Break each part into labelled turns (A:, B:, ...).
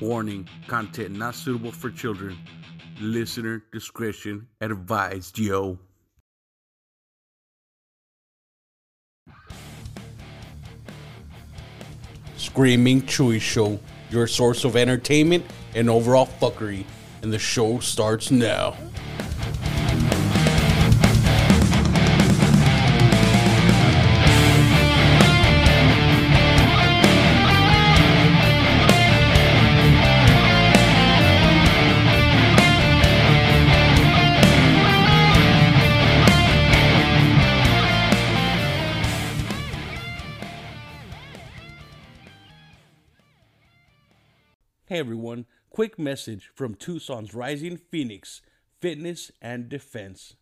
A: Warning content not suitable for children. Listener discretion advised, yo.
B: Screaming Chewy Show, your source of entertainment and overall fuckery. And the show starts now.
A: Hey everyone, quick message from Tucson's Rising Phoenix Fitness and Defense.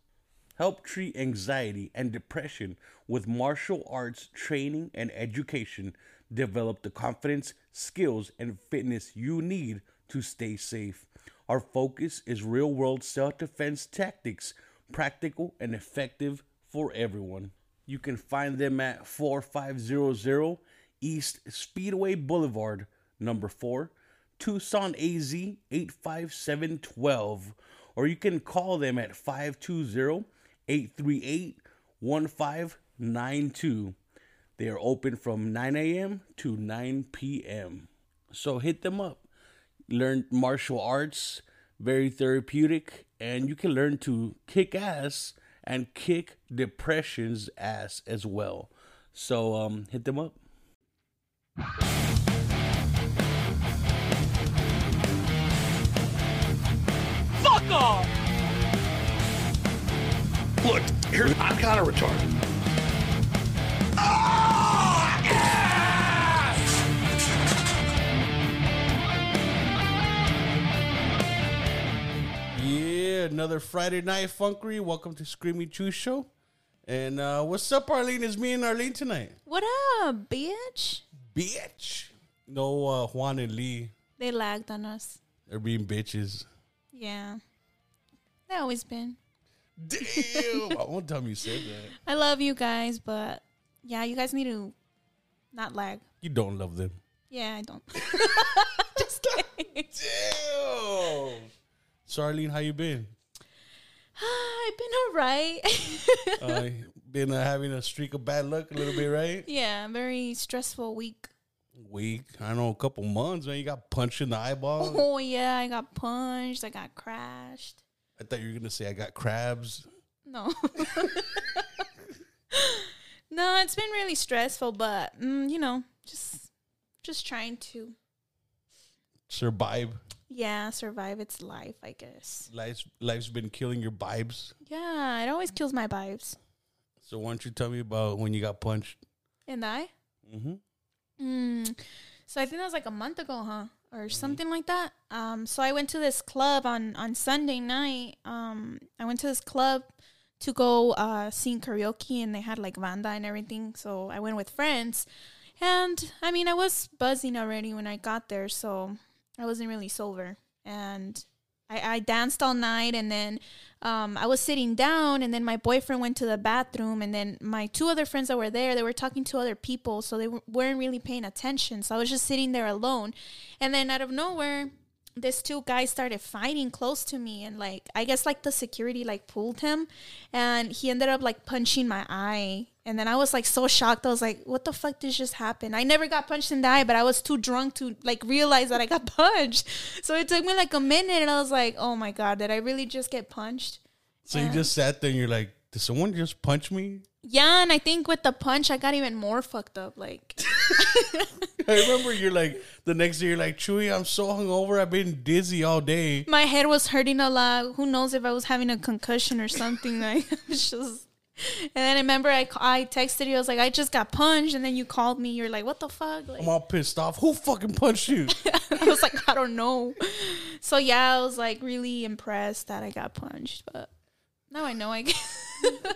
A: Help treat anxiety and depression with martial arts training and education. Develop the confidence, skills, and fitness you need to stay safe. Our focus is real world self defense tactics, practical and effective for everyone. You can find them at 4500 East Speedway Boulevard, number 4, Tucson AZ 85712, or you can call them at 520 838 1592. They are open from 9 a.m. to 9 p.m. So hit them up. Learn martial arts, very therapeutic, and you can learn to kick ass and kick depression's ass as well. So um, hit them up.
C: Fuck off!
D: Look, here's I'm kind of retarded.
C: Ah,
B: Yeah, another Friday night funkery. Welcome to Screaming Chew Show. And uh, what's up, Arlene? It's me and Arlene tonight.
E: What up, bitch?
B: Bitch. No uh, Juan and Lee.
E: They lagged on us.
B: They're being bitches.
E: Yeah. They always been.
B: Damn. I won't tell them you said that.
E: I love you guys, but yeah, you guys need to not lag.
B: You don't love them.
E: Yeah, I don't.
B: Damn. So, Arlene, how you been?
E: I've been alright.
B: Uh, been uh, having a streak of bad luck a little bit, right?
E: yeah, very stressful week.
B: Week. I know a couple months, man. You got punched in the eyeball.
E: Oh yeah, I got punched. I got crashed.
B: I thought you were gonna say I got crabs.
E: No. no, it's been really stressful, but mm, you know, just just trying to
B: Survive.
E: yeah survive its life, I guess.
B: Life's life's been killing your vibes.
E: Yeah, it always kills my vibes.
B: So why don't you tell me about when you got punched?
E: And I?
B: Mhm.
E: Mm. So I think that was like a month ago, huh? Or something like that. Um, so I went to this club on, on Sunday night. Um, I went to this club to go uh, sing karaoke and they had like banda and everything. So I went with friends. And I mean, I was buzzing already when I got there. So I wasn't really sober. And I, I danced all night and then um, I was sitting down and then my boyfriend went to the bathroom and then my two other friends that were there they were talking to other people so they w- weren't really paying attention so I was just sitting there alone and then out of nowhere these two guys started fighting close to me and like I guess like the security like pulled him and he ended up like punching my eye and then I was like so shocked I was like what the fuck did just happen I never got punched in the eye but I was too drunk to like realize that I got punched so it took me like a minute and I was like oh my god did I really just get punched
B: So you just sat there and you're like, did someone just punch me?
E: yeah and I think with the punch I got even more fucked up like
B: I remember you're like the next day you're like, Chewy, I'm so hungover, I've been dizzy all day.
E: my head was hurting a lot. Who knows if I was having a concussion or something? like, I was just. And then I remember I, ca- I texted you. I was like, I just got punched. And then you called me. You're like, what the fuck? Like,
B: I'm all pissed off. Who fucking punched you?
E: I was like, I don't know. So yeah, I was like really impressed that I got punched. But now I know I guess.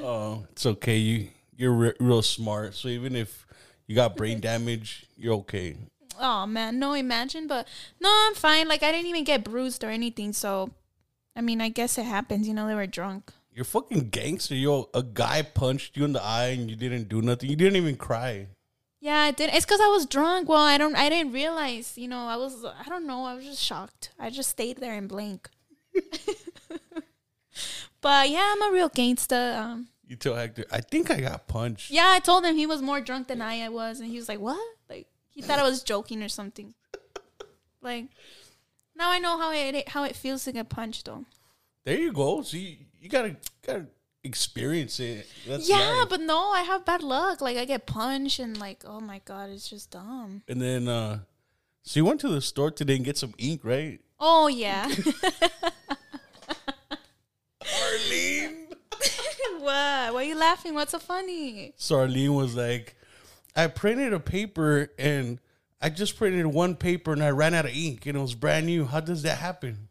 B: Oh, it's okay. You you're re- real smart. So even if you got brain damage, you're okay.
E: Oh man, no, imagine. But no, I'm fine. Like I didn't even get bruised or anything. So, I mean, I guess it happens. You know, they were drunk.
B: You're fucking gangster. Yo, a guy punched you in the eye and you didn't do nothing. You didn't even cry.
E: Yeah, I did. It's because I was drunk. Well, I don't. I didn't realize. You know, I was. I don't know. I was just shocked. I just stayed there and blank. but yeah, I'm a real gangsta. Um,
B: You tell Hector, I think I got punched.
E: yeah, I told him he was more drunk than I was, and he was like, "What?" Like he thought I was joking or something. Like now I know how it how it feels to get punched, though.
B: There you go. See, you gotta gotta experience it. That's
E: Yeah,
B: life.
E: but no, I have bad luck. Like I get punched, and like, oh my god, it's just dumb.
B: and then uh so you went to the store today and get some ink, right?
E: Oh yeah.
B: Arlene.
E: what? Why are you laughing? What's so funny?
B: So Arlene was like, I printed a paper and I just printed one paper and I ran out of ink and it was brand new. How does that happen?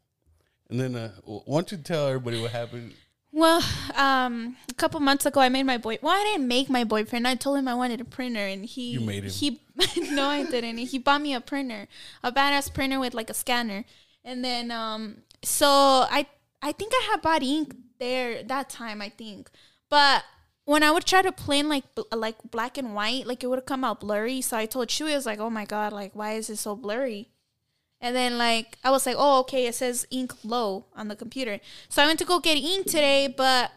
B: And then uh w- why don't you tell everybody what happened?
E: Well, um, a couple months ago, I made my boy. Well, I didn't make my boyfriend. I told him I wanted a printer, and he.
B: You made him.
E: He. no, I didn't. He bought me a printer, a badass printer with like a scanner, and then um, so I I think I had bought ink there that time. I think, but when I would try to plan like bl- like black and white, like it would come out blurry. So I told Chewy, I was like, "Oh my god, like why is it so blurry?" And then like I was like, oh okay, it says ink low on the computer. So I went to go get ink today, but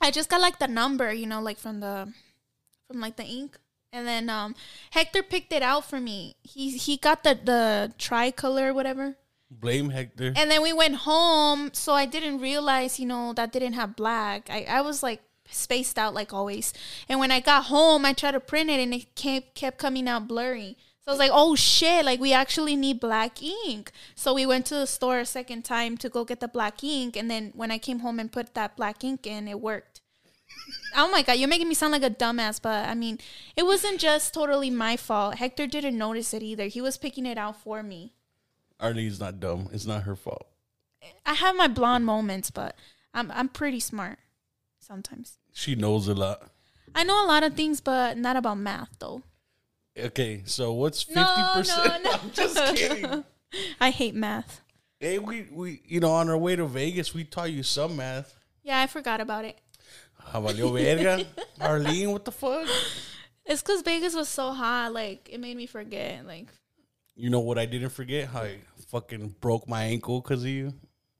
E: I just got like the number, you know, like from the from like the ink. And then um Hector picked it out for me. He he got the the tricolor whatever.
B: Blame Hector.
E: And then we went home, so I didn't realize, you know, that didn't have black. I, I was like spaced out like always. And when I got home, I tried to print it and it kept kept coming out blurry. So I was like, oh shit, like we actually need black ink. So we went to the store a second time to go get the black ink. And then when I came home and put that black ink in, it worked. oh my God, you're making me sound like a dumbass. But I mean, it wasn't just totally my fault. Hector didn't notice it either. He was picking it out for me.
B: Arlene's not dumb. It's not her fault.
E: I have my blonde moments, but I'm I'm pretty smart sometimes.
B: She knows a lot.
E: I know a lot of things, but not about math though.
B: Okay, so what's fifty
E: No,
B: percent?
E: no, no.
B: I'm just kidding.
E: I hate math.
B: Hey, we, we you know on our way to Vegas we taught you some math.
E: Yeah, I forgot about it.
B: Ah, valió verga, Arlene. What the fuck?
E: It's because Vegas was so hot, like it made me forget. Like,
B: You know what I didn't forget? How I fucking broke my ankle because of you.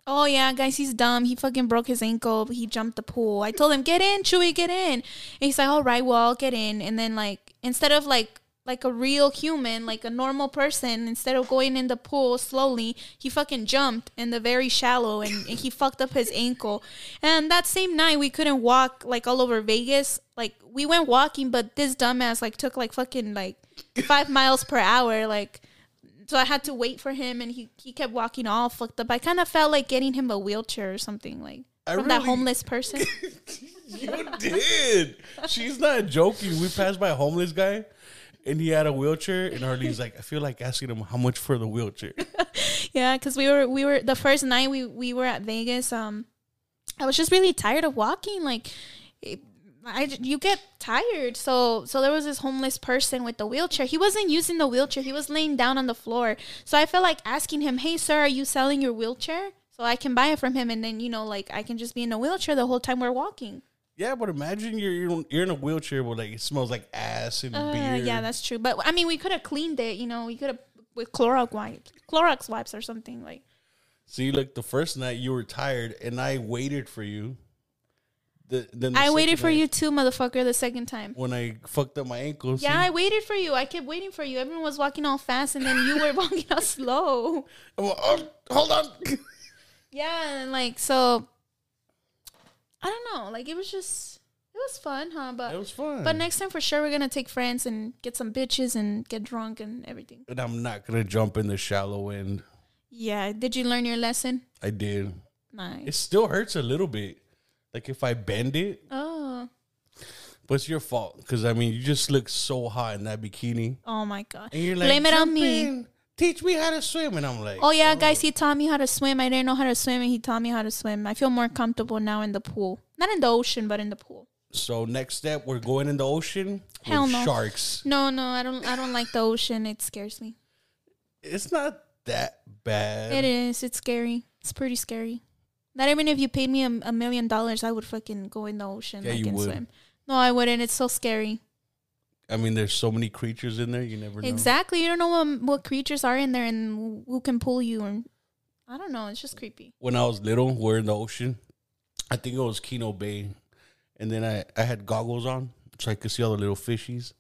E: oh yeah, guys, he's dumb. He fucking broke his ankle. He jumped the pool. I told him, get in, Chewy, get in. And he's like, all right, well, I'll get in. And then like instead of like like a real human, like a normal person, instead of going in the pool slowly, he fucking jumped in the very shallow and, and he fucked up his ankle. And that same night, we couldn't walk like all over Vegas. Like we went walking, but this dumbass like took like fucking like five miles per hour. Like so, I had to wait for him, and he he kept walking all fucked up. I kind of felt like getting him a wheelchair or something like
B: I
E: from that
B: really-
E: homeless person.
B: You did. She's not joking. We passed by a homeless guy, and he had a wheelchair. And Arlene's like, I feel like asking him how much for the wheelchair.
E: Yeah, because we were we were the first night we we were at Vegas. Um, I was just really tired of walking. Like, it, I j- you get tired. So so there was this homeless person with the wheelchair. He wasn't using the wheelchair. He was laying down on the floor. So I felt like asking him, "Hey, sir, are you selling your wheelchair?" So I can buy it from him, and then you know, like I can just be in a wheelchair the whole time we're walking.
B: Yeah, but imagine you're you're- you're in a wheelchair, but like it smells like ass and
E: Uh,
B: beer.
E: yeah, that's true. But I mean, we could have cleaned it. You know, we could have with Clorox wipes, Clorox wipes or something like.
B: See, look, the first night you were tired, and I waited for you. The, then the
E: I waited
B: second
E: for
B: night,
E: you too, motherfucker, the second time.
B: when I fucked up my ankle.
E: Yeah,
B: see?
E: I waited for you. I kept waiting for you. Everyone was walking all fast, and then you were walking all slow.
B: I'm like, oh, hold on.
E: Yeah, and like so, I don't know. Like it was just, it was fun, huh? But
B: It was fun.
E: but next time for sure we're gonna take friends and get some bitches and get drunk and everything.
B: and I'm not gonna jump in the shallow end.
E: Yeah, did you learn your lesson?
B: I did. It
E: Nice.
B: still hurts a little bit. Like if I bend it,
E: Oh,
B: but it's your fault because I mean you just look so hot in that bikini,
E: oh my god.
B: and you're like,
E: Blame it on
B: "Jump
E: me.
B: in. Teach me how to swim, and I'm like,
E: Oh yeah, guys, he taught me how to swim. I didn't know how to swim, and he taught me how to swim. I feel more comfortable now in the pool, not in the ocean, but in the pool.
B: So next step, we're going in the ocean
E: Hell
B: with
E: no.
B: sharks.
E: No, no, I don't. I don't like the ocean. It scares me.
B: It's not that bad.
E: It is. It's scary. It's pretty scary. Not even if you paid me a, a million dollars, I would fucking go in the ocean.
B: Yeah,
E: like,
B: you
E: and
B: would.
E: Swim. No, I wouldn't. It's so scary.
B: I mean, there's so many creatures in there. You never know.
E: Exactly. You don't know what, what creatures are in there and who can pull you. And I don't know. It's just creepy.
B: when I was little, we're in the ocean. I think it was Keno Bay. And then I, I had goggles on so I could see all the little fishies.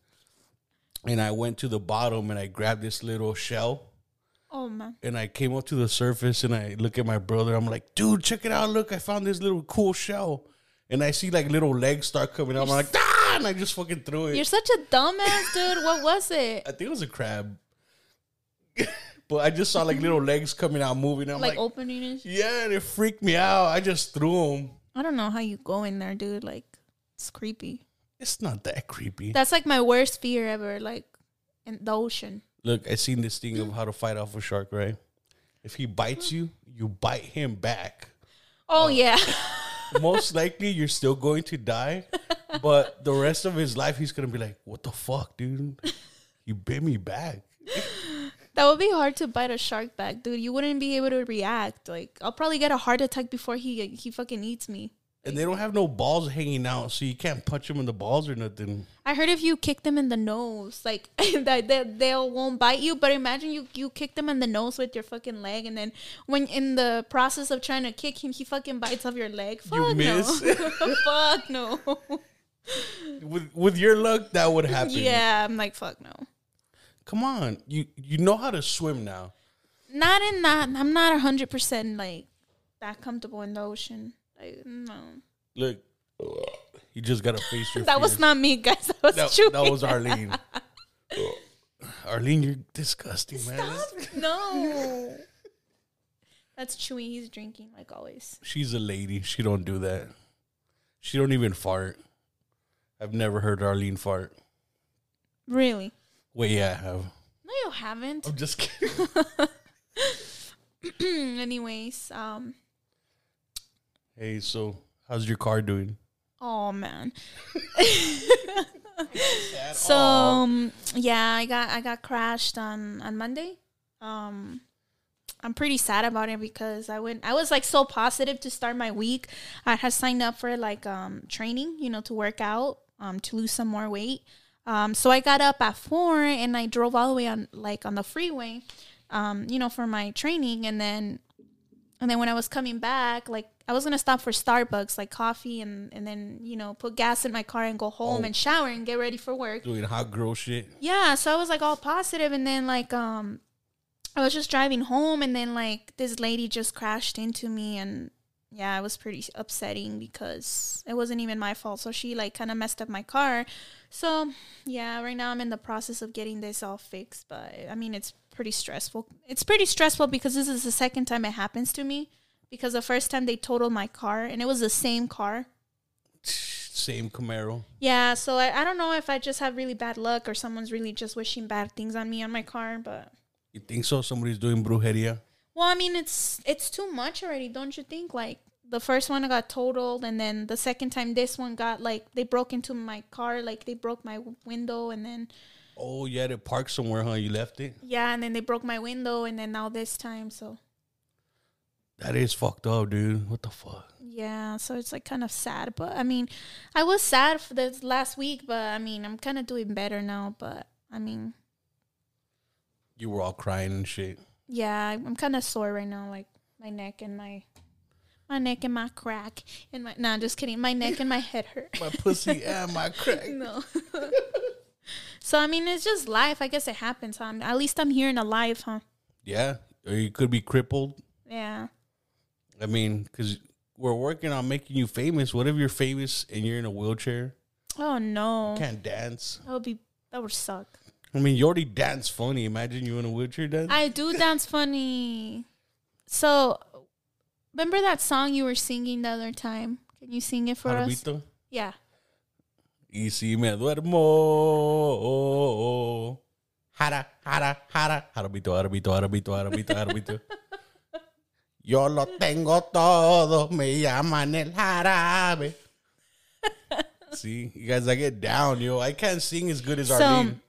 B: And I went to the bottom and I grabbed this little shell
E: Oh, man.
B: and I came up to the surface and I look at my brother. I'm like, dude, check it out. Look, I found this little cool shell. And I see like little legs start coming out. I'm like, ah! And I just fucking threw it.
E: You're such a dumbass, dude. What was it?
B: I think it was a crab. but I just saw like little legs coming out, moving. I'm
E: Like,
B: like,
E: opening and shit.
B: yeah, and it freaked me out. I just threw them.
E: I don't know how you go in there, dude. Like, it's creepy.
B: It's not that creepy.
E: That's like my worst fear ever. Like, in the ocean.
B: Look, I seen this thing of how to fight off a shark, right? If he bites you, you bite him back.
E: Oh, yeah.
B: Most likely, you're still going to die, but the rest of his life, he's gonna be like, "What the fuck, dude? You bit me back."
E: that would be hard to bite a shark back, dude. You wouldn't be able to react. Like, I'll probably get a heart attack before he he fucking eats me.
B: And they don't have no balls hanging out, so you can't punch him in the balls or nothing.
E: I heard if you kick them in the nose, like that they, they won't bite you. But imagine you you kick them in the nose with your fucking leg, and then when in the process of trying to kick him, he fucking bites off your leg. Fuck
B: miss.
E: no. fuck no.
B: With with your luck, that would happen.
E: Yeah, I'm like fuck no.
B: Come on, you you know how to swim now.
E: Not in that. I'm not hundred percent like that comfortable in the ocean. Like no,
B: Look, you just gotta face your.
E: that was
B: fears.
E: not me, guys. That was
B: that,
E: true.
B: that was Arlene. Oh, Arlene, you're disgusting, man.
E: no. That's Chewy. He's drinking like always.
B: She's a lady. She don't do that. She don't even fart. I've never heard Arlene fart.
E: Really?
B: Wait, yeah, I have.
E: No, you haven't.
B: I'm just kidding. Oh.
E: Anyways, um,
B: hey, so how's your car doing?
E: oh man. so um, yeah, I got I got crashed on on Monday. Um, I'm pretty sad about it because I went I was like so positive to start my week. I had signed up for like um training, you know, to work out, um, to lose some more weight. Um, so I got up at four and I drove all the way on like on the freeway, um, you know, for my training, and then And then when I was coming back, like I was gonna stop for Starbucks, like coffee, and and then you know put gas in my car and go home and shower and get ready for work.
B: Doing hot girl shit.
E: Yeah, so I was like all positive, and then like um, I was just driving home, and then like this lady just crashed into me, and yeah, it was pretty upsetting because it wasn't even my fault. So she like kind of messed up my car. So yeah, right now I'm in the process of getting this all fixed, but I mean it's pretty stressful. It's pretty stressful because this is the second time it happens to me. Because the first time they totaled my car, and it was the same car.
B: Same Camaro.
E: Yeah, so I, I don't know if I just have really bad luck or someone's really just wishing bad things on me on my car, but
B: You think so? Somebody's doing brujeria.
E: well, I mean it's it's too much already, don't you think? Like the first one got totaled and then the second time this one got like they broke into my car, like they broke my w- window and then
B: Oh, you had it parked somewhere, huh? You left it.
E: yeah, and then they broke my window and then now this time, so
B: That is fucked up, dude. What the fuck?
E: yeah, so it's like kind of sad, but I mean, I was sad for this last week, but I mean, I'm kind of doing better now, but I mean,
B: You were all crying and shit.
E: Yeah, I'm kind of sore right now, like my neck and my my neck and my crack and my no, just kidding. My neck and my head hurt.
B: My pussy and my crack.
E: no. so I mean, it's just life. I guess it happens. Huh? I'm- At least I'm here and alive, huh?
B: Yeah, or you could be crippled.
E: Yeah.
B: I mean, because we're working on making you famous. What if you're famous and you're in a wheelchair?
E: Oh no,
B: Can't dance.
E: that would be that would suck.
B: I mean, you already dance funny. Imagine you in a wheelchair dance.
E: I do dance funny. So remember that song you were singing the other time? Can you sing it for us?
B: Jarabito.
E: Yeah.
B: Y si me duermo. oh. Jara, jara, jara. Jarabito, jarabito, jarabito, jarabito, jarabito. Yo lo tengo todo. Me llaman el jarabe. See, you guys, I get down, yo. I can't sing as good as
E: So-
B: Arlene.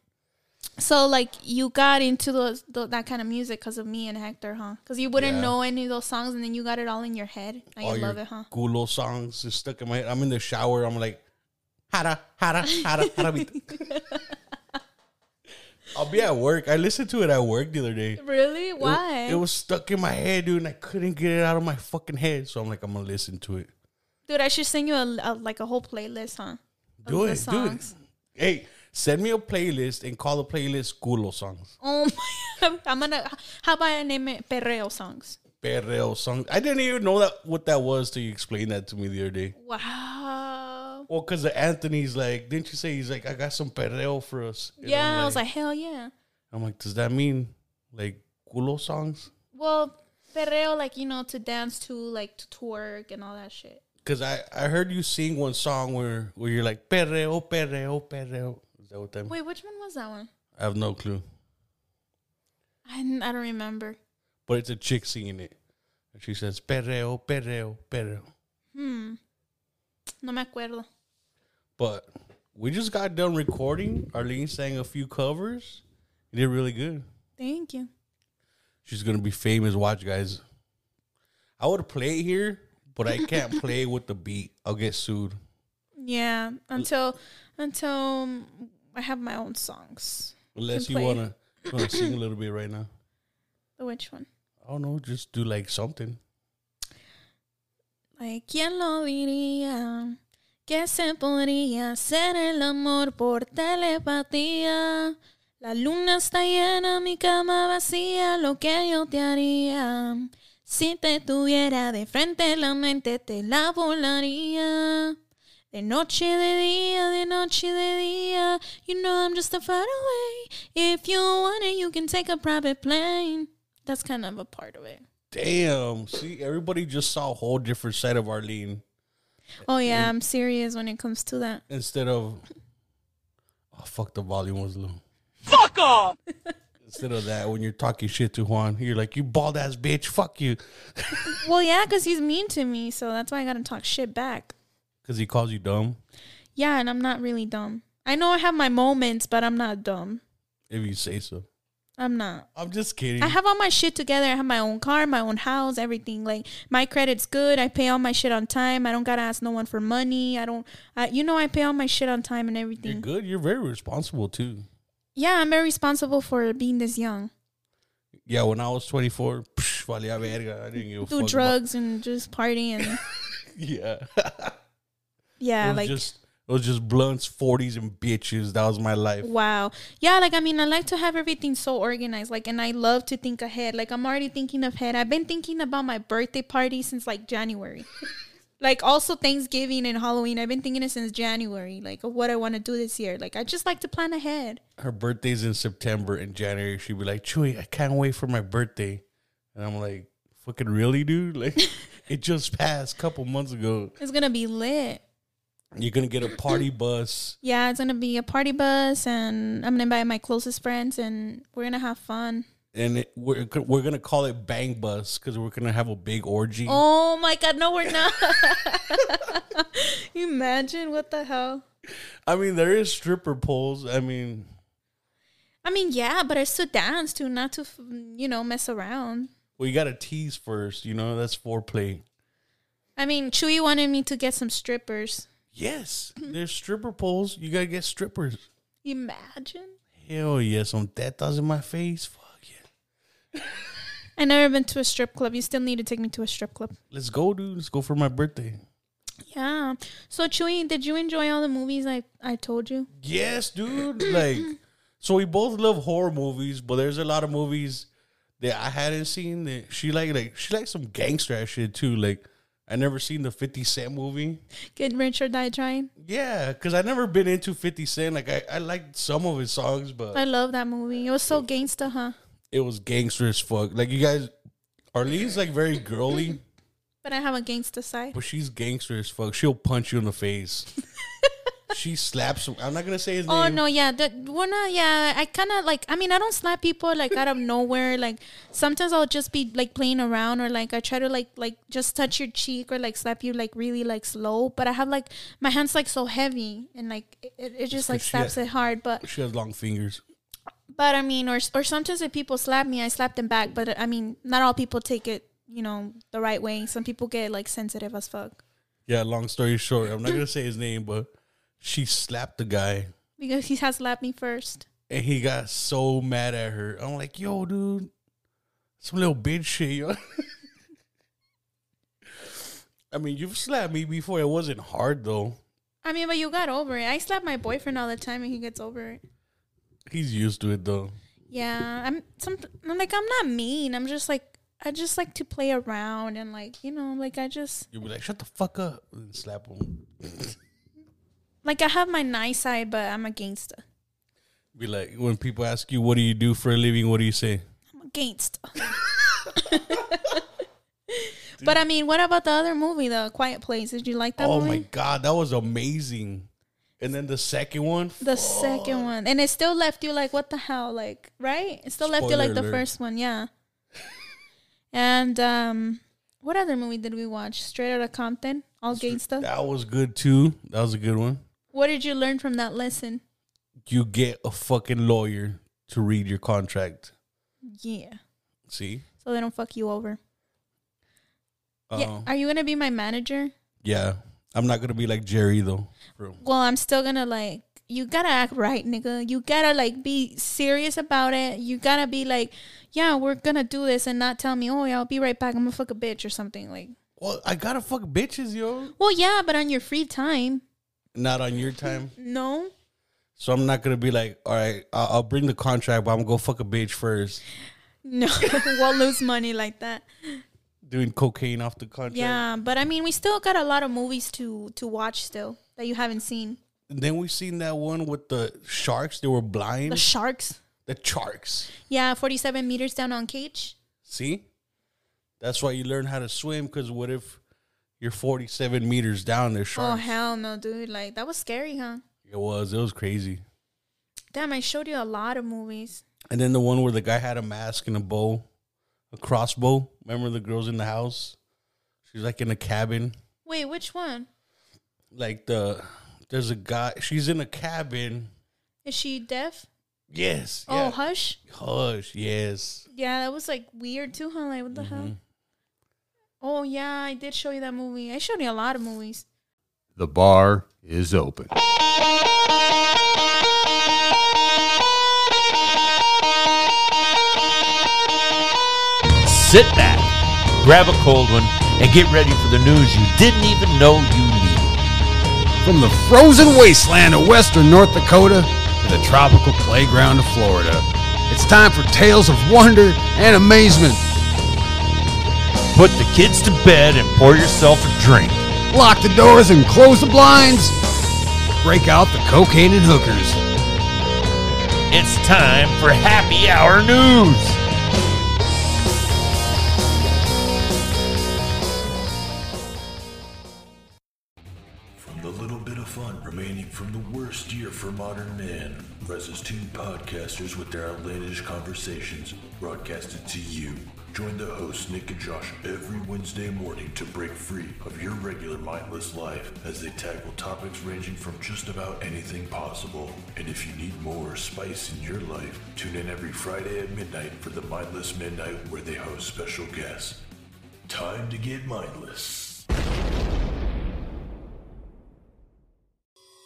E: So like you got into those th- that kind of music because of me and Hector, huh? Because you wouldn't
B: Yeah.
E: know any of those songs, and then you got it all in your head. Now
B: all
E: you
B: your
E: love it, huh?
B: culo songs is stuck in my head. I'm in the shower. I'm like, hara, hara, hara, hara. beat." I'll be at work. I listened to it at work the other day.
E: Really? Why?
B: It was stuck in my head, dude, and I couldn't get it out of my fucking head. So I'm like, I'm gonna listen to it.
E: Dude, I should send you a, a like a whole playlist, huh? Of
B: Do
E: the
B: it, do it.
E: songs.
B: Hey, send me a playlist and call the playlist "Culo Songs."
E: Oh my! I'm gonna. How about I name it Perreo songs?
B: Perreo songs. I didn't even know that what that was till you explained that to me the other day.
E: Wow.
B: Well, because Anthony's like, didn't you say he's like, I got some perreo for us? And
E: yeah,
B: I'm
E: I was like, hell yeah.
B: I'm like, does that mean like culo songs?
E: Well, perreo, like you know, to dance to, like to twerk and all that shit.
B: Because I, I heard you sing one song where, where you're like, perreo, perreo, perreo. Is that what that means?
E: Wait, which one was that one?
B: I have no clue.
E: I, n- I don't remember.
B: But it's a chick singing it. And she says, perreo, perreo, perreo.
E: No me acuerdo.
B: But we just got done recording. Arlene sang a few covers. You did really good.
E: Thank you.
B: She's gonna be famous. Watch, guys. I would play it here, but I can't play with the beat. I'll get sued.
E: Yeah, until until um, I have my own songs.
B: Unless
E: Can
B: you
E: play.
B: wanna, you wanna sing a little bit right now.
E: Which one?
B: I don't know. Just do like something.
E: Ay, ¿quién lo diría? Que se podría hacer el amor por telepatía. La luna está llena, mi cama vacía, lo que yo te haría. Si te tuviera de frente, la mente te la volaría. De noche, de día, de noche, de día. You know I'm just a faraway. If you want it, you can take a private plane. That's kind of a part of it.
B: Damn. See, everybody just saw a whole different side of Arlene
E: Oh yeah, I'm serious when it comes to that.
B: instead of. Oh fuck! The volume was low.
C: Fuck off!
B: Instead of that, when you're talking shit to Juan, you're like, "You bald ass bitch, fuck you,"
E: Well, yeah, because he's mean to me, so that's why I gotta talk shit back.
B: because he calls you dumb.
E: Yeah, and I'm not really dumb. I know I have my moments, but I'm not dumb.
B: If you say so.
E: I'm not.
B: I'm just kidding.
E: I have all my shit together. I have my own car, my own house, everything. Like my credit's good. I pay all my shit on time. I don't gotta ask no one for money. I don't. I, you know, I pay all my shit on time and
B: you're
E: everything.
B: good. You're very responsible too.
E: Yeah, I'm very responsible for being this young.
B: Yeah, when I was 24, psh, valía verga. I didn't give a fuck.
E: Do
B: about-
E: drugs and just party and
B: yeah. it
E: yeah,
B: was
E: like
B: just it was just blunts, 40s, and bitches. That was my life.
E: Wow. Yeah, like I mean, I like to have everything so organized. Like, and I love to think ahead. Like, I'm already thinking ahead. I've been thinking about my birthday party since like January. like, also Thanksgiving and Halloween. I've been thinking it since January, like, of what I want to do this year. Like, I just like to plan ahead.
B: Her birthday's in September and January. She'd be like, Chewy, I can't wait for my birthday. And I'm like, fucking really, dude? Like, it just passed a couple months ago.
E: It's gonna be lit.
B: You're going to get a party bus.
E: Yeah, it's gonna be a party bus, and I'm gonna invite my closest friends, and we're gonna have fun.
B: And it, we're, we're going to call it Bang Bus because we're going to have a big orgy.
E: Oh my god, no, we're not. Imagine what the hell.
B: I mean, there is stripper poles. I mean,
E: I mean, yeah, but it's to dance to, not to, f- you know, mess around.
B: well, you got to tease first. You know, that's foreplay.
E: I mean, Chewy wanted me to get some strippers.
B: Yes, there's stripper poles. You got to get strippers.
E: Imagine.
B: Hell yeah, some tetas in my face. Fuck yeah.
E: I never been to a strip club. You still need to take me to a strip club.
B: Let's go, dude. Let's go for my birthday.
E: Yeah. So Chewy, did you enjoy all the movies I I told you?
B: Yes, dude. like, so we both love horror movies, but there's a lot of movies that I hadn't seen that she like. Like she likes some gangster ass shit too. Like I never seen the Fifty Cent movie.
E: Get Rich or Die Trying.
B: Yeah, because I never been into Fifty Cent. Like I, I liked some of his songs, but
E: I love that movie. It was so gangsta, huh?
B: it was gangster as fuck. Like you guys, Arlene's like very girly,
E: But I have a gangsta side.
B: but she's gangster as fuck. She'll punch you in the face. she slaps. I'm not gonna say his
E: Oh
B: name.
E: no, yeah, that we're not. Yeah, I kind of like. I mean, I don't slap people like out of nowhere. Like sometimes I'll just be like playing around, or like I try to like like just touch your cheek or like slap you like really like slow. But I have like my hands like so heavy and like it, it- it just like
B: 'cause she
E: slaps
B: had-
E: it hard. But
B: She has long fingers.
E: but I mean, or or sometimes if people slap me, I slap them back. But I mean, not all people take it you know the right way. Some people get like sensitive as fuck
B: Yeah. Long story short, I'm not gonna say his name, but she slapped the guy.
E: because he has slapped me first.
B: and he got so mad at her. I'm like, yo, dude, some little bitch shit, yo. I mean, you've slapped me before. It wasn't hard though.
E: I mean, but you got over it. I slap my boyfriend all the time, and he gets over it.
B: He's used to it though.
E: Yeah, I'm some. I'm like, I'm not mean. I'm just like, I just like to play around and like, you know, like I just
B: You'll be like, shut the fuck up and slap him.
E: like I have my nice side, but I'm a gangster.
B: Be like, when people ask you, what do you do for a living? What do you say?
E: I'm a gangster. but I mean, what about the other movie, The Quiet Place? Did you like that
B: Oh
E: movie?
B: my god, that was amazing. And then the second one,
E: The second one, and it still left you like, what the hell, like, right? It still left you like
B: Spoiler
E: the
B: alert.
E: first one, yeah. and um, what other movie did we watch? Straight Outta Compton, all gangsta.
B: that was good too. That was a good one.
E: What did you learn from that lesson?
B: You get a fucking lawyer to read your contract.
E: Yeah,
B: See?
E: so they don't fuck you over.
B: Um,
E: Yeah, are you gonna be my manager?
B: Yeah. I'm not gonna be like Jerry though.
E: Well, I'm still gonna like. You gotta act right, nigga. You gotta like be serious about it. You gotta be like, yeah, we're gonna do this, and not tell me, oh, yeah, I'll be right back. I'm gonna fuck a bitch or something like.
B: Well, I gotta fuck bitches, yo.
E: Well, yeah, but on your free time,
B: Not on your time.
E: no.
B: So I'm not gonna be like, all right, I'll, I'll bring the contract, but I'm gonna go fuck a bitch first.
E: No, we'll lose money like that.
B: Doing cocaine off the contract.
E: Yeah, but I mean, we still got a lot of movies to to watch still that you haven't seen.
B: And then we seen that one with the sharks. They were blind.
E: The
B: The,
E: Sharks.
B: sharks.
E: Yeah, forty-seven meters down on cage.
B: See? That's why you learn how to swim. Because what if you're 47 meters down? There's
E: Oh
B: sharks.
E: hell no, dude! Like that was scary, huh?
B: It was. It was crazy.
E: Damn, I showed you a lot of movies.
B: And then the one where the guy had a mask and a bow, a crossbow. Remember the girls in the house? She's like in a cabin.
E: Wait, which one?
B: Like the there's a guy. She's in a cabin.
E: Is she deaf?
B: Yes.
E: Oh,
B: yeah.
E: hush.
B: Hush. Yes.
E: Yeah, that was like weird too, huh? Like what the hell? Oh yeah, I did show you that movie. I showed you a lot of movies.
F: The bar is open.
G: Sit back, grab a cold one, and get ready for the news you didn't even know you needed.
F: From the frozen wasteland of western North Dakota to the tropical playground of Florida, it's time for tales of wonder and amazement.
G: Put the kids to bed and pour yourself a drink.
F: Lock the doors and close the blinds. Break out the cocaine and hookers.
G: It's time for Happy Hour News.
D: From the little bit of fun remaining from the worst year for modern man, reses two podcasters with their outlandish conversations broadcasted to you. Join the hosts Nick and Josh every Wednesday morning to break free of your regular mindless life as they tackle topics ranging from just about anything possible. And if you need more spice in your life, tune in every Friday at midnight for the Mindless Midnight where they host special guests. Time to get mindless.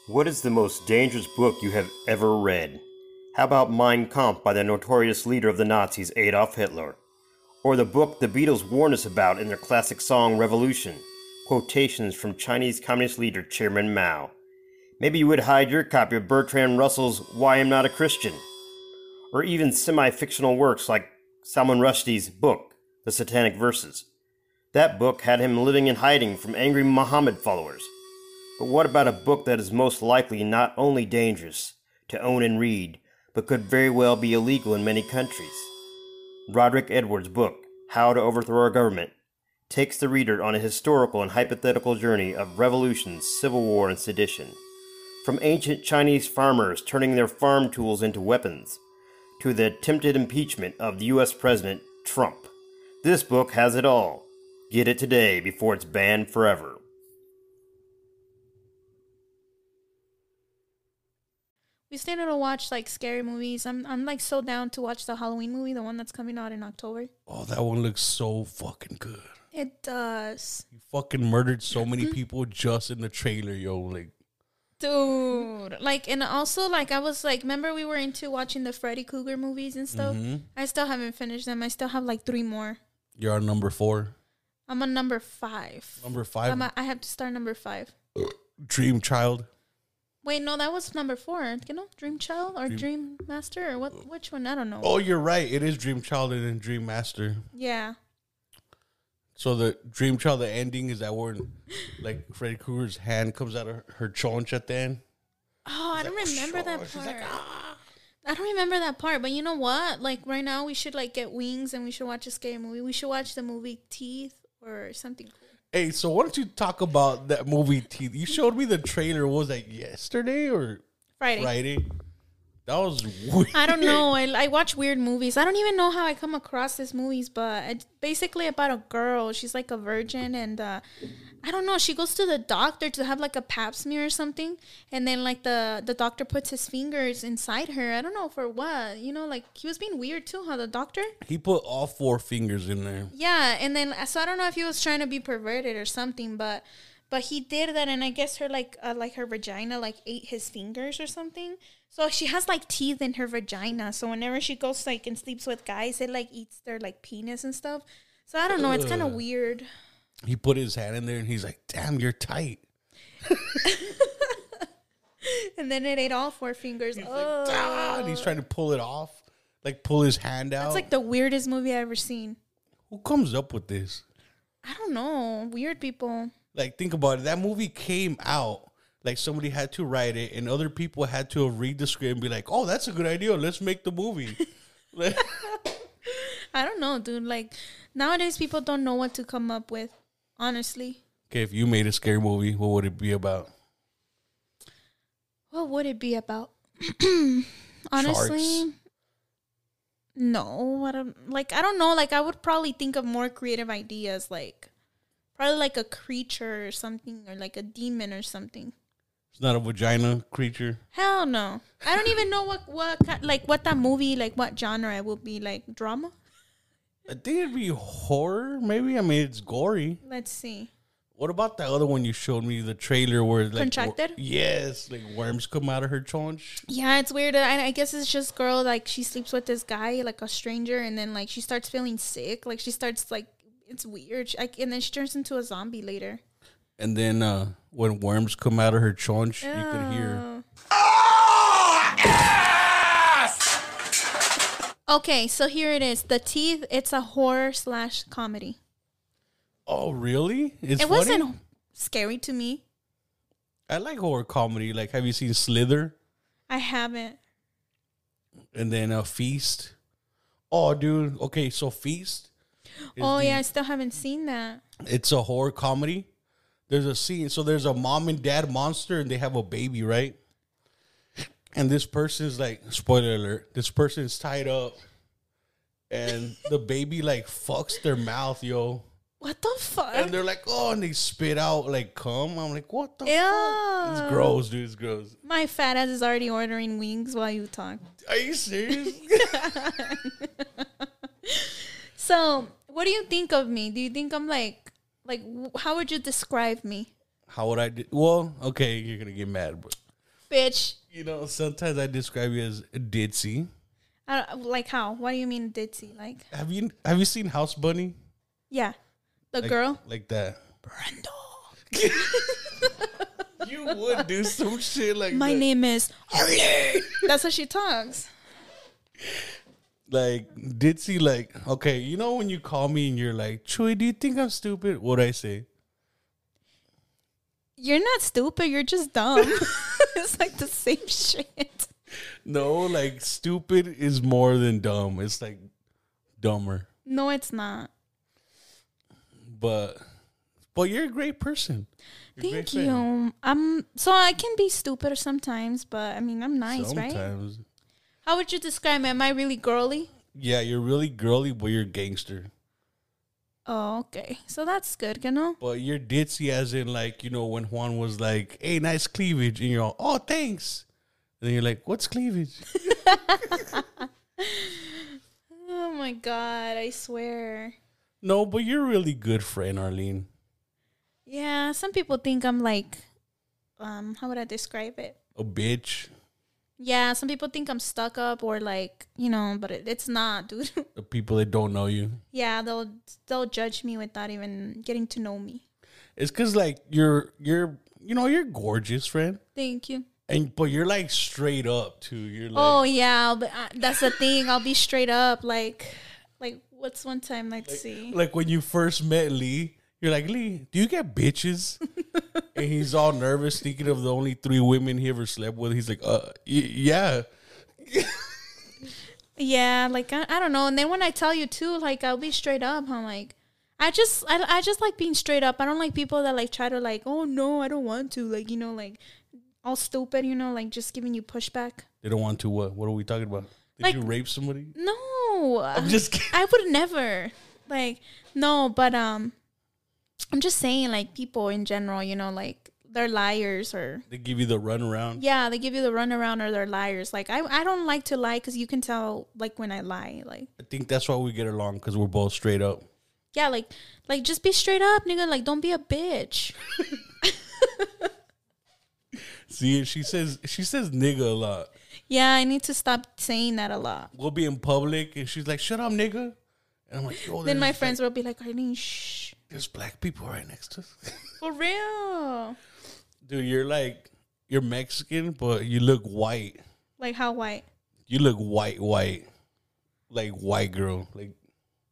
H: What is the most dangerous book you have ever read? How about Mein Kampf by the notorious leader of the Nazis, Adolf Hitler? Or the book the Beatles warned us about in their classic song Revolution? Quotations from Chinese Communist leader Chairman Mao. Maybe you would hide your copy of Bertrand Russell's Why I'm Not a Christian. Or even semi fictional works like Salman Rushdie's book, The Satanic Verses. That book had him living in hiding from angry Muhammad followers. But what about a book that is most likely not only dangerous to own and read, but could very well be illegal in many countries? Roderick Edwards' book, How to Overthrow Our Government, takes the reader on a historical and hypothetical journey of revolution, civil war, and sedition. From ancient Chinese farmers turning their farm tools into weapons, to the attempted impeachment of the U.S. President Trump. This book has it all. Get it today before it's banned forever.
E: We still need to watch like scary movies. I'm I'm like so down to watch the Halloween movie, the one that's coming out in October.
B: Oh, that one looks so fucking good.
E: It does.
B: You fucking murdered so many people just in the trailer, yo. Like
E: Dude, like, and also, like, I was like, remember we were into watching the Freddy Krueger movies and stuff? I still haven't finished them. I still have like three more.
B: You're on number four.
E: I'm on number five.
B: Number five,
E: I'm a, I have to start number five.
B: Dream Child.
E: Wait, no, that was number four. You know, Dream Child or Dream Master or what? Which one? I don't know.
B: Oh, you're right. It is Dream Child and then Dream Master.
E: Yeah.
B: So the Dream Child, the ending is that when like Freddy Krueger's hand comes out of her chonch at the end.
E: Oh, I don't remember that part.
B: "Ah."
E: I don't remember that part, but you know what? Like right now, we should like get wings and we should watch a scary movie. We should watch the movie Teeth or something.
B: Hey, so why don't you talk about that movie? Teeth? You showed me the trailer. What was that yesterday or
E: Friday.
B: Friday? That was weird.
E: I don't know. I, I watch weird movies. I don't even know how I come across these movies, but it's basically about a girl. She's like a virgin, and uh, I don't know. She goes to the doctor to have like a pap smear or something, and then like the the doctor puts his fingers inside her. I don't know for what. You know, like he was being weird too. How the doctor?
B: He put all four fingers in there.
E: Yeah, and then uh, so I don't know if he was trying to be perverted or something, but but he did that, and I guess her like uh, like her vagina like ate his fingers or something. So she has like teeth in her vagina. So whenever she goes like and sleeps with guys, it like eats their like penis and stuff. So I don't know. It's kind of weird.
B: He put his hand in there and he's like, "Damn, you're tight."
E: And then it ate all four fingers. Oh,
B: Ah, and he's trying to pull it off, like pull his hand out.
E: it's like the weirdest movie I ever seen.
B: Who comes up with this?
E: I don't know. Weird people.
B: Like, think about it. That movie came out. Like somebody had to write it, and other people had to read the script and be like, "Oh, that's a good idea. Let's make the movie." Like-
E: I don't know, dude. Like nowadays, people don't know what to come up with. Honestly.
B: okay, if you made a scary movie, what would it be about?
E: What would it be about? Honestly,
B: Sharks.
E: no. I don't like. I don't know. Like, I would probably think of more creative ideas, like probably like a creature or something, or like a demon or something.
B: It's not a vagina creature.
E: Hell no. I don't even know what what ki- like what that movie like what genre it would be like drama.
B: I think it'd be horror, maybe. I mean, it's gory.
E: Let's see.
B: What about that other one you showed me, the trailer where like wor-
E: Contracted?
B: yes, like worms come out of her chonch.
E: Yeah, it's weird. I, I guess it's just girl like she sleeps with this guy like a stranger, and then like she starts feeling sick. Like she starts like it's weird. She, like, and then she turns into a zombie later.
B: And then uh, when worms come out of her chonch, you could
E: Oh.
B: hear.
E: Okay, so here it is. The Teeth. It's a horror slash comedy.
B: Oh, really? It's
E: it
B: funny?
E: wasn't scary to me.
B: I like horror comedy. Like, have you seen Slither?
E: I haven't.
B: And then uh, Feast. Oh, dude. Okay, so Feast. is
E: oh
B: the-
E: yeah, I still haven't seen that.
B: it's a horror comedy. There's a scene. So there's a mom and dad monster, and they have a baby, right? And this person's like, spoiler alert, this person's tied up, and the baby like fucks their mouth, yo.
E: What the fuck?
B: And they're like, oh, and they spit out like cum. I'm like, what the? fuck? It's
E: Ew.
B: gross, dude. It's gross.
E: My fat ass is already ordering wings while you talk.
B: Are you serious?
E: So, what do you think of me? Do you think I'm like, like, w- how would you describe me,
B: How would I do? Well, okay, you're gonna get mad, but
E: bitch?
B: you know, sometimes I describe you as ditzy.
E: I don't, like how? What do you mean ditzy? Like,
B: Have you have you seen House Bunny?
E: yeah, the
B: Like-
E: girl.
B: like that. Brendel. you would do some shit like
E: My
B: that.
E: name is Harley. That's how she talks.
B: Like ditzy. Like okay, you know when you call me and you're like, Chewy, do you think I'm stupid? What I say?
E: You're not stupid. You're just dumb. it's like the same shit.
B: No, like stupid is more than dumb. It's like dumber.
E: No, it's not.
B: But but you're a great person. You're a
E: Thank
B: great friend.
E: you. Um, so I can be stupid sometimes, but I mean, I'm nice, right?
B: Sometimes,
E: How would you describe me? Am I really girly?
B: yeah, you're really girly, but you're gangster.
E: Oh, okay. So that's good, you know?
B: But you're ditzy as in like, you know, when Juan was like, Hey, nice cleavage and you're all, Oh, thanks. And then you're like, What's cleavage?
E: Oh my god, I swear.
B: no, but you're a really good friend, Arlene.
E: Yeah, some people think I'm like um how would I describe it?
B: A bitch,
E: Yeah, some people think I'm stuck up or like, you know, but it, it's not, dude.
B: the people that don't know you.
E: yeah, they'll they'll judge me without even getting to know me.
B: It's cause like you're you're you know you're gorgeous, friend,
E: Thank you.
B: and but you're like straight up too. You're like
E: Oh yeah, but uh, that's the thing. I'll be straight up like like what's one time let's see.
B: like when you first met Lee, you're like, Lee, do you get bitches? and he's all nervous, thinking of the only three women he ever slept with. He's like, uh, y- yeah.
E: Yeah, like I, I don't know. And then when I tell you too, like I'll be straight up. I'm like, I just I, I just like being straight up. I don't like people that like try to like, oh no, I don't want to. Like you know, like all stupid. You know, like just giving you pushback.
B: They don't want to what? What are we talking about? Did
E: Like-
B: you rape somebody?
E: No,
B: I'm just kidding.
E: I would never. Like no, but um, I'm just saying like people in general. You know, like they're liars or
B: They give you the runaround.
E: yeah, they give you the runaround or they're liars. Like I I don't like to lie because you can tell like when I lie. Like
B: I think that's why we get along because we're both straight up.
E: Yeah, like like just be straight up, nigga. Like don't be a bitch.
B: See, she says she says nigga a lot.
E: Yeah, I need to stop saying that a lot.
B: We'll be in public and she's like, "Shut up, nigga," and I'm like, "Yo,
E: then
B: there's
E: my
B: black-
E: friends will be like, Arlene, shh.
B: there's black people right next to us."
E: For real.
B: Dude, you're like you're Mexican, but you look white.
E: Like how white?
B: You look white, white, like white girl. Like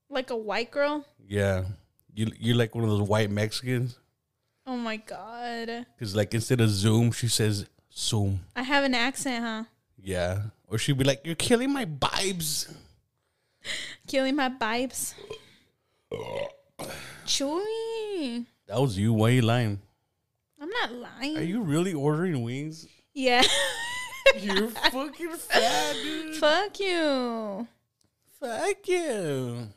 E: Like a white girl?
B: yeah, you you're like one of those white Mexicans.
E: Oh my god.
B: Cause like instead of Zoom, she says Zoom.
E: I have an accent, huh?
B: Yeah, or she'd be like, "You're killing my vibes."
E: Killing my vibes. Chewy.
B: That was you. Why you lying?
E: I'm not lying.
B: Are you really ordering wings?
E: yeah.
B: You're fucking fat, dude.
E: Fuck you.
B: Fuck you.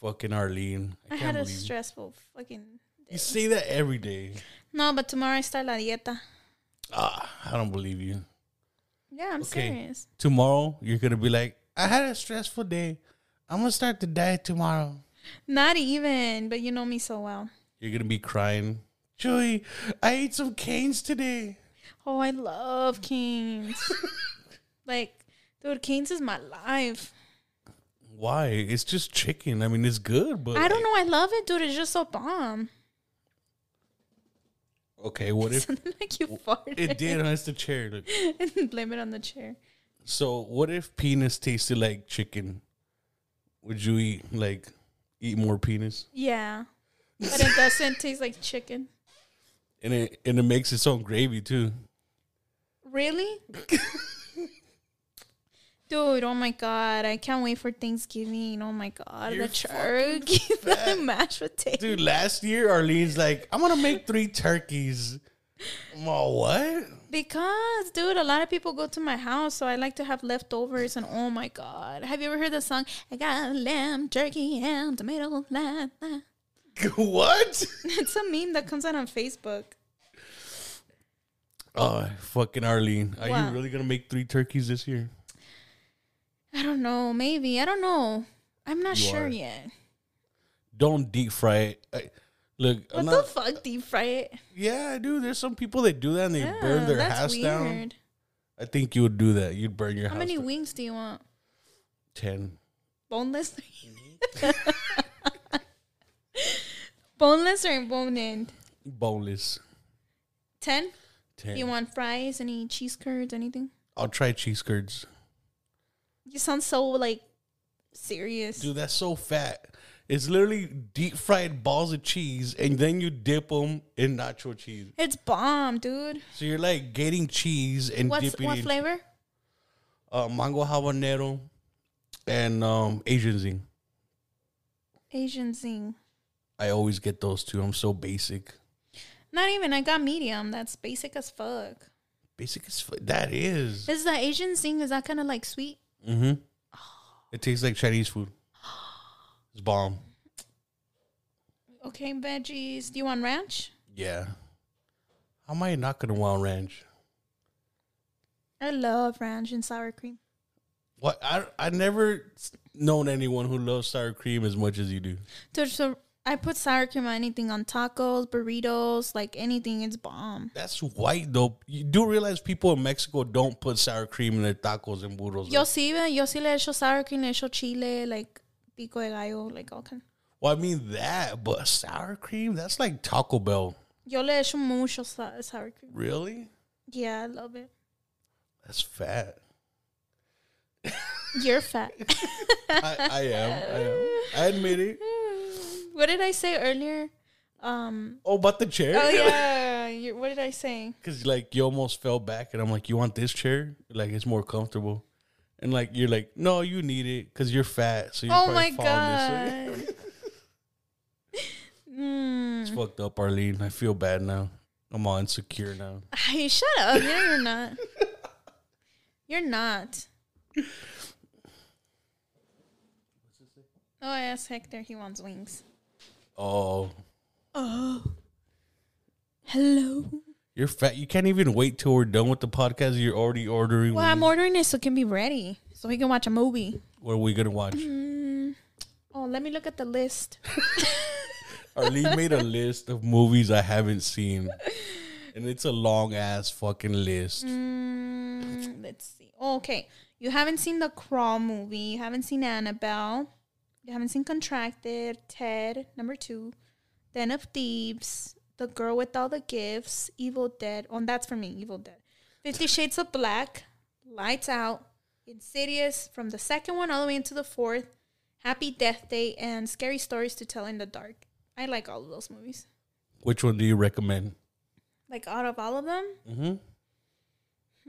B: Fucking Arlene. I
E: I
B: can't
E: had a
B: believe
E: stressful fucking
B: you say that every day.
E: No, but tomorrow I start la dieta.
B: Ah, I don't believe you.
E: Yeah, I'm
B: Okay.
E: serious.
B: Tomorrow you're gonna be like, I had a stressful day. I'm gonna start the diet tomorrow.
E: Not even, but you know me so well.
B: You're gonna be crying. Joey, I ate some canes today.
E: Oh, I love Canes. like, dude, Canes is my life.
B: Why? It's just chicken. I mean, it's good, but
E: I don't know. I love it, dude. It's just so bomb.
B: Okay, what if
E: Something like you farted.
B: it did? Huh? It's the chair. Look.
E: and blame it on the chair.
B: So, what if penis tasted like chicken? Would you eat like eat more penis?
E: Yeah. But it doesn't taste like chicken.
B: and it and it makes its own gravy too.
E: Really? Dude, oh my god. I can't wait for Thanksgiving. Oh my god.
B: You're
E: the turkey, the mashed potatoes.
B: Dude, last year Arlene's like, I'm gonna make three turkeys. I'm all what?
E: Because, dude, a lot of people go to my house, so I like to have leftovers. And oh my god, have you ever heard the song? I got lamb jerky and tomato. La, la.
B: what?
E: It's a meme that comes out on Facebook.
B: Oh, fucking Arlene. Are
E: Wow.
B: you really gonna make three turkeys this year?
E: I don't know, maybe I don't know. I'm not
B: You
E: sure
B: are.
E: yet.
B: Don't deep fry it. I, look, I'm
E: What
B: not,
E: the fuck, deep fry it?
B: yeah, dude. There's some people that do that and they burn
E: Yeah,
B: their
E: that's
B: house
E: weird.
B: down. I think you would do that. You'd burn your
E: How
B: house.
E: many
B: down.
E: wings do you want?
B: Ten.
E: Boneless. Boneless or bone in?
B: Boneless.
E: Ten.
B: Ten.
E: You want fries? Any cheese curds? Anything?
B: I'll try cheese curds.
E: You sound so like serious.
B: Dude, that's so fat. It's literally deep fried balls of cheese, and then you dip them in nacho cheese.
E: It's bomb, dude.
B: So you're like getting cheese and
E: What's
B: dipping
E: what
B: in
E: flavor?
B: Uh, mango habanero and um, Asian zing.
E: Asian zing.
B: I always get those two. I'm so basic.
E: Not even. I got medium. That's basic as fuck.
B: Basic as fu- that is.
E: Is the Asian zing? Is that kind of like sweet?
B: Mm-hmm. It tastes like Chinese food. It's bomb.
E: Okay, veggies. Do you want ranch?
B: Yeah. How am I not gonna want ranch?
E: I love ranch and sour cream.
B: What I I never known anyone who loves sour cream as much as you do.
E: Dude, so I put sour cream on anything on tacos, burritos, like anything. It's bomb.
B: That's white though. You do realize people in Mexico don't put sour cream in their tacos and burros.
E: Yo
B: right?
E: sí, ve- yo sí le echo sour cream, le echo chile, like pico de gallo, like all kind.
B: Well, I mean that, but sour cream, that's like Taco Bell.
E: Yo le echo mucho sa- sour cream.
B: Really?
E: Yeah, I love it.
B: That's fat.
E: You're fat.
B: I, I am. I am. I admit it.
E: what did I say earlier? Um.
B: Oh, about the chair?
E: Oh yeah. you what did I say?
B: Cause like you almost fell back, and I'm like, "You want this chair? Like it's more comfortable." And like you're like, "No, you need it because you're fat." So you're
E: oh
B: probably
E: my
B: falling
E: god.
B: This way.
E: mm.
B: it's fucked up, Arlene. I feel bad now. I'm all insecure now.
E: Hey, shut up. No, you're not. You're not. Oh, I asked Hector. He wants wings.
B: Oh,
E: Oh. Hello.
B: you're fat. You can't even wait till we're done with the podcast. You're already ordering.
E: Well, I'm
B: wings.
E: ordering it so it can be ready. So we can watch a movie.
B: what are we gonna watch?
E: Oh, let me look at the list.
B: Arlene made a list of movies I haven't seen, and it's a long ass fucking list.
E: Mm, let's see. Oh, okay. You haven't seen the Crawl movie. You haven't seen Annabelle. You haven't seen Contracted, Ted, number two, Den of Thieves, The Girl with All the Gifts, Evil Dead. Oh, and that's for me, Evil Dead. Fifty Shades of Black, Lights Out, Insidious, from the second one all the way into the fourth, Happy Death Day, and Scary Stories to Tell in the Dark. I like all of those movies.
B: Which one do you recommend?
E: Like out of all of them,
B: Mm-hmm.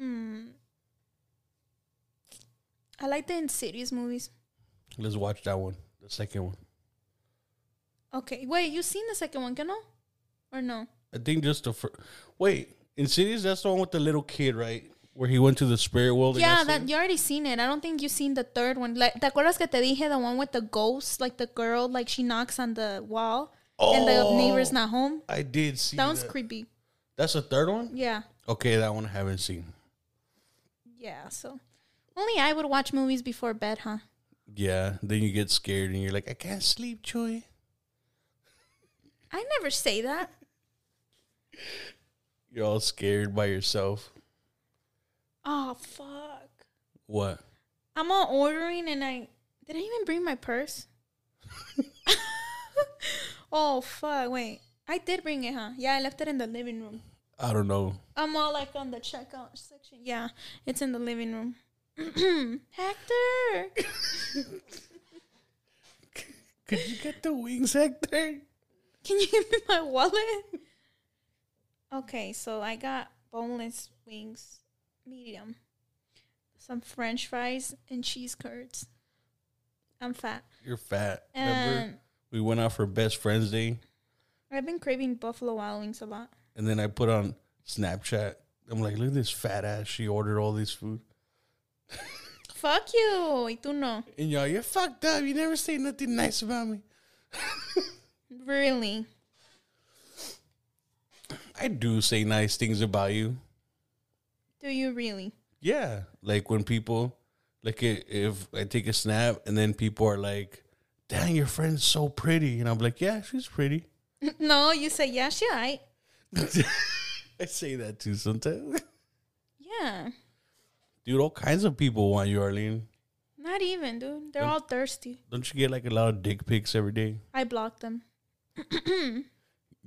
E: hmm. I like the Insidious movies.
B: Let's watch that one. The second one.
E: Okay, wait, you seen the second one, can no? Or no?
B: I think just the first. Wait, Insidious. That's the one with the little kid, right? Where he went to the spirit world. and
E: yeah,
B: that's
E: that
B: it?
E: you already seen it. I don't think you seen the third one. Like, ¿te acuerdas que te dije the one with the ghost, like the girl, like she knocks on the wall and the neighbor's not home?
B: I did see.
E: Oh. That one's
B: that.
E: creepy.
B: That's the third one.
E: Yeah,
B: Okay, that one I haven't seen.
E: yeah. So only I would watch movies before bed, huh?
B: Yeah. Then you get scared and you're like, I can't sleep, Chewy.
E: I never say that.
B: You're all scared by yourself.
E: Oh fuck!
B: What?
E: I'm all ordering and I did I even bring my purse? oh fuck! Wait, I did bring it, huh? Yeah, I left it in the living room.
B: I don't know.
E: I'm all like on the checkout section. Yeah, it's in the living room. Hector,
B: Could you get the wings, Hector?
E: can you give me my wallet? Okay, so I got boneless wings, medium, some French fries, and cheese curds. I'm fat,
B: You're fat.
E: Um,
B: Remember,
E: and
B: we went out for best friends day,
E: I've been craving Buffalo Wild Wings a lot.
B: and then I put on Snapchat. I'm like, look at this fat ass. She ordered all this food.
E: Fuck you, y tú no.
B: And y'all, you're fucked up. You never say nothing nice about me.
E: Really?
B: I do say nice things about you.
E: Do you really?
B: Yeah. Like when people, like i- if I take a snap and then people are like, dang, your friend's so pretty. And I'm like, yeah, she's pretty.
E: no, you say yeah, she alright.
B: I say that too sometimes.
E: Yeah.
B: Dude, all kinds of people want you, Arlene.
E: Not even, dude. They're all thirsty.
B: Don't you get like a lot of dick pics every day?
E: I blocked them.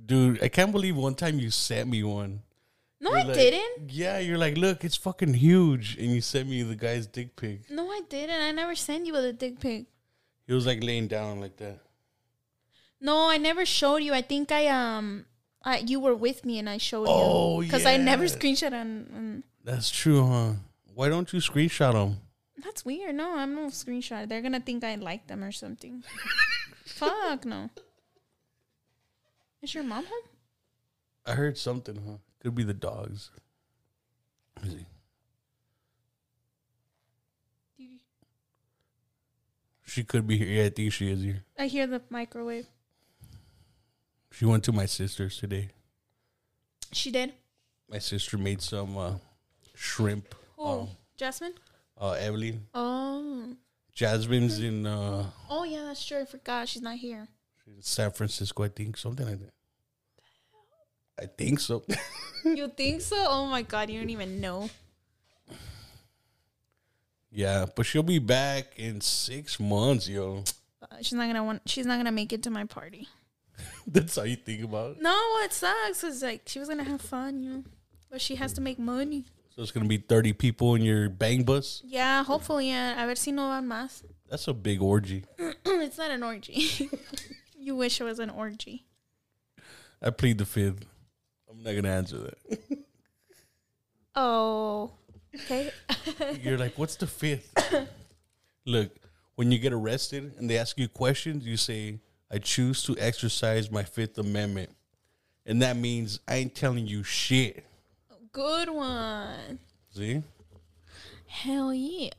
B: Dude, I can't believe one time you sent me one.
E: No,
B: You're
E: I
B: like-
E: didn't.
B: Yeah, you're like, look, it's fucking huge. And you sent me the guy's dick pic.
E: No, I didn't. I never sent you with a dick pic.
B: He was like laying down like that.
E: No, I never showed you. I think I um, I, you were with me and I showed
B: Oh,
E: you because I never
B: yeah.
E: screenshot on. on
B: That's true, huh? Why don't you screenshot him?
E: that's weird. No, I'm no screenshot. They're gonna think I like them or something. Fuck no. Is your mom home?
B: I heard something, huh? Could be the dogs. Let me see. She could be here. Yeah, I think she is here.
E: I hear the microwave.
B: She went to my sister's today.
E: She did.
B: My sister made some uh, shrimp.
E: Who? Jasmine.
B: Uh, Evelyn,
E: Oh.
B: Jasmine's in. Uh,
E: Oh yeah, that's true. I forgot she's not here.
B: she in San Francisco, I think, something like that. I think so.
E: You think so? Oh my god, you don't even know.
B: yeah, but she'll be back in six months, yo.
E: Uh, she's not gonna want. She's not gonna make it to my party.
B: That's how you think about it.
E: No, it sucks. Cause like she was gonna have fun, you know, but she has to make money.
B: So it's gonna be thirty people in your bang bus.
E: Yeah, hopefully. Yeah, a ver si no van más.
B: That's a big orgy.
E: it's not an orgy. you wish it was an orgy.
B: I plead the fifth. I'm not gonna answer that.
E: Oh, okay.
B: You're like, what's the fifth? Look, when you get arrested and they ask you questions, you say, I choose to exercise my Fifth Amendment. And that means I ain't telling you shit.
E: Good one.
B: See?
E: Hell yeah.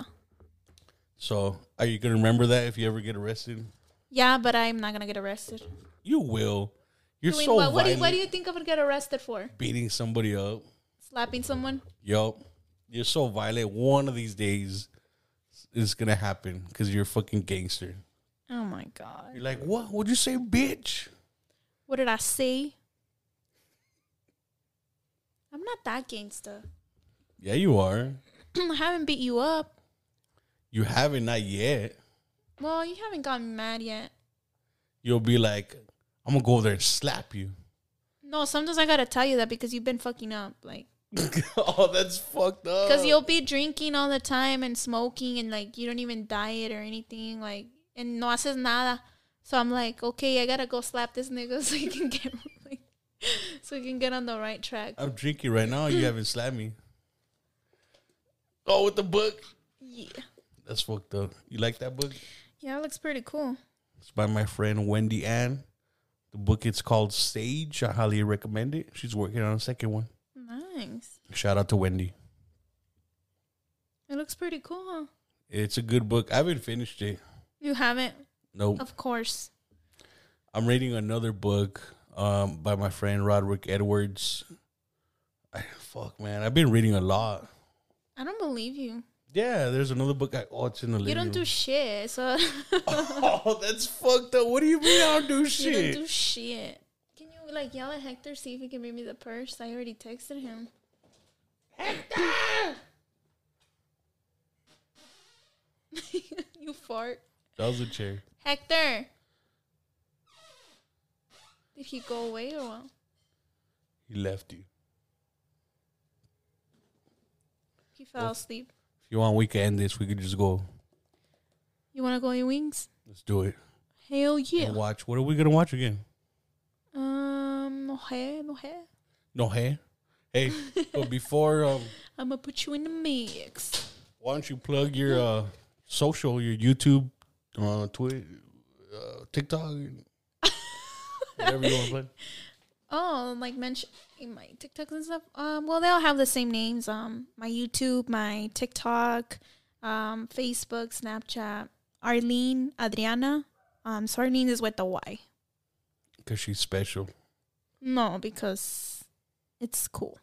B: So are you gonna remember that if you ever get arrested?
E: Yeah, but I'm not gonna get arrested.
B: You will. You're
E: Doing
B: so
E: what? What do, you,
B: violent
E: what do you think I would get arrested for?
B: beating somebody up.
E: Slapping someone?
B: Yup. You're so violent. One of these days it's gonna happen because you're a fucking gangster.
E: Oh my god.
B: You're like, what? What'd you say, bitch?
E: What did I say? I'm not that gangster.
B: Yeah, you are.
E: I haven't beat you up.
B: You haven't, not yet.
E: Well, you haven't gotten mad yet.
B: You'll be like, I'm gonna go over there and slap you.
E: No, sometimes I gotta tell you that because you've been fucking up. Like,
B: oh, that's fucked up.
E: because you'll be drinking all the time and smoking and like you don't even diet or anything. Like, and no haces nada. So I'm like, okay, I gotta go slap this nigga so he can get like, so he can get on the right track.
B: I'm drinking right now. You haven't slapped me. Oh, with the book.
E: Yeah,
B: That's fucked up. You like that book?
E: yeah, it looks pretty cool.
B: It's by my friend Wendy Ann. The book it's called Sage. I highly recommend it. She's working on a second one.
E: Nice.
B: Shout out to Wendy.
E: It looks pretty cool. Huh?
B: It's a good book. I haven't finished it.
E: You haven't,
B: Nope.
E: of course.
B: I'm reading another book um, by my friend Roderick Edwards. I, fuck, man. I've been reading a lot.
E: I don't believe you.
B: Yeah, there's another book. I, oh, it's in the
E: You
B: living
E: don't do
B: room.
E: shit. So
B: Oh, that's fucked up. What do you mean I don't do
E: You don't
B: shit?
E: do shit. Can you like yell at Hector see if he can bring me the purse? I already texted him. Hector! you fart.
B: that was a chair.
E: Hector. Did he go away or what?
B: He left you.
E: He fell asleep.
B: If you want, we can end this. We could just go.
E: You want to go eat wings?
B: Let's do it.
E: Hell
B: And
E: yeah.
B: watch. What are we gonna watch again?
E: Um, no hair, no hair.
B: No hey, hey. but before, um,
E: I'm gonna put you in the mix.
B: why don't you plug your uh, social, your YouTube, uh, Twitter, uh, TikTok, whatever you want to play.
E: Oh, like mention my TikToks and stuff. Um, well, they all have the same names. Um, my YouTube, my TikTok, um, Facebook, Snapchat. Arlene Adriana. Um, so Arlene is with the Y.
B: Cause she's special.
E: No, because it's cool.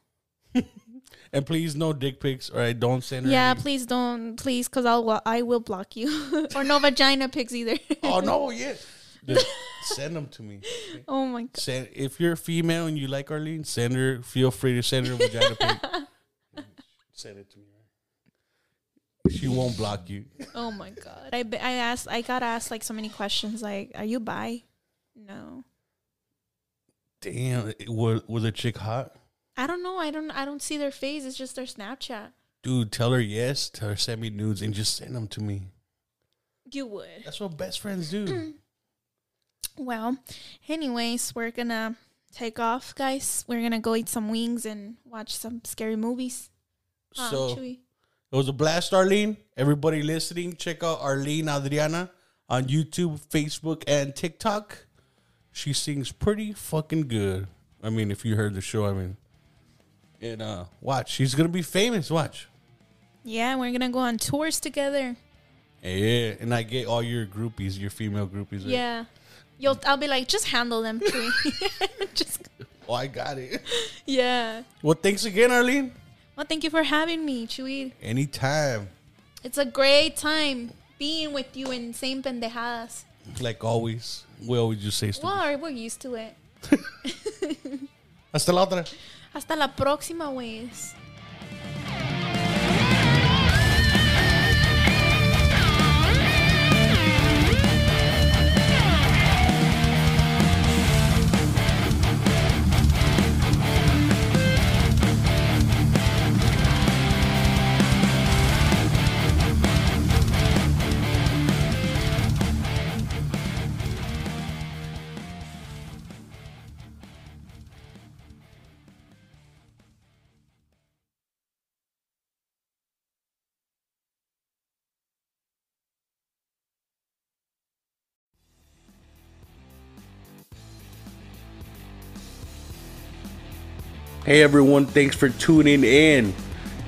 B: And please, no dick pics. All right, don't send her.
E: Yeah,
B: any-
E: please don't, please, because I'll wa- I will block you or no vagina pics either.
B: Oh no, yeah. Dude, send them to me.
E: oh my god.
B: Send if you're a female and you like Arlene, send her. Feel free to send her a vagina pic. Send it to me. She won't block you.
E: Oh my god. I be- I asked I got asked like so many questions like are you bi? No.
B: Damn, it, was was a chick hot?
E: I don't know. I don't I don't see their face. It's just their Snapchat.
B: Dude, tell her yes. Tell her send me nudes and just send them to me.
E: You would.
B: That's what best friends
E: Mm.
B: do.
E: Well, anyways, we're gonna take off, guys. We're gonna go eat some wings and watch some scary movies. Huh,
B: so it
E: Ah, Chewy?
B: was a blast, Arlene. Everybody listening, check out Arlene Adriana on YouTube, Facebook, and TikTok. She sings pretty fucking good. I mean, if you heard the show, I mean, and uh, watch, she's gonna be famous. Watch.
E: Yeah, we're gonna go on tours together.
B: Yeah, and I get all your groupies, your female groupies. right?
E: Yeah. You'll I'll be like, just handle them, Chewy. just
B: Oh, I got it.
E: Yeah.
B: Well, thanks again, Arlene.
E: Well, thank you for having me, Chewy.
B: Anytime.
E: It's a great time being with you in same pendejadas.
B: like always. We always just say stupid.
E: Well, we're used to it.
B: Hasta la otra.
E: Hasta la próxima, güeyes.
A: Hey everyone, thanks for tuning in.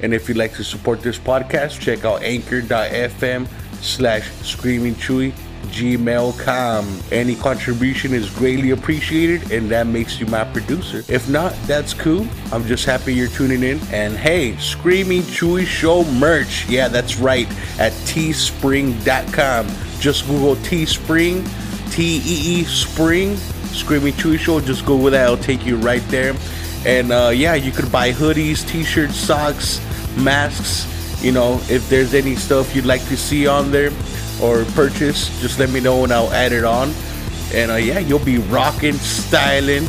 A: And if you'd like to support this podcast, check out anchor.fm slash screaming chewy gmail.com. Any contribution is greatly appreciated and that makes you my producer. If not, that's cool. I'm just happy you're tuning in. And hey, Screaming Chewy Show merch. Yeah, that's right. At teespring.com. Just Google Teespring. T E E Spring Screaming Chewy Show. Just go with that; it'll take you right there. And uh, yeah, you could buy hoodies, T-shirts, socks, masks. You know, if there's any stuff you'd like to see on there or purchase, just let me know and I'll add it on. And uh, yeah, you'll be rocking, styling.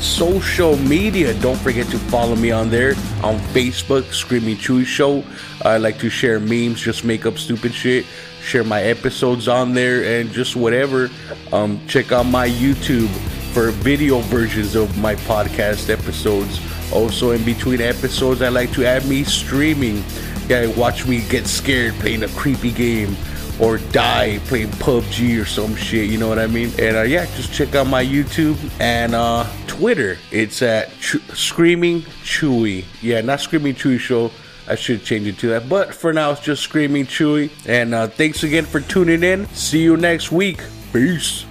A: Social media. Don't forget to follow me on there on Facebook, Screaming Chewy Show. I like to share memes, just make up stupid shit share my episodes on there and just whatever um, check out my youtube for video versions of my podcast episodes also in between episodes i like to add me streaming yeah watch me get scared playing a creepy game or die playing pubg or some shit you know what i mean and uh, yeah just check out my youtube and uh, twitter it's at Ch- screaming chewy yeah not screaming chewy show I should change it to that. But for now, it's just Screaming Chewy. And uh, thanks again for tuning in. See you next week. Peace.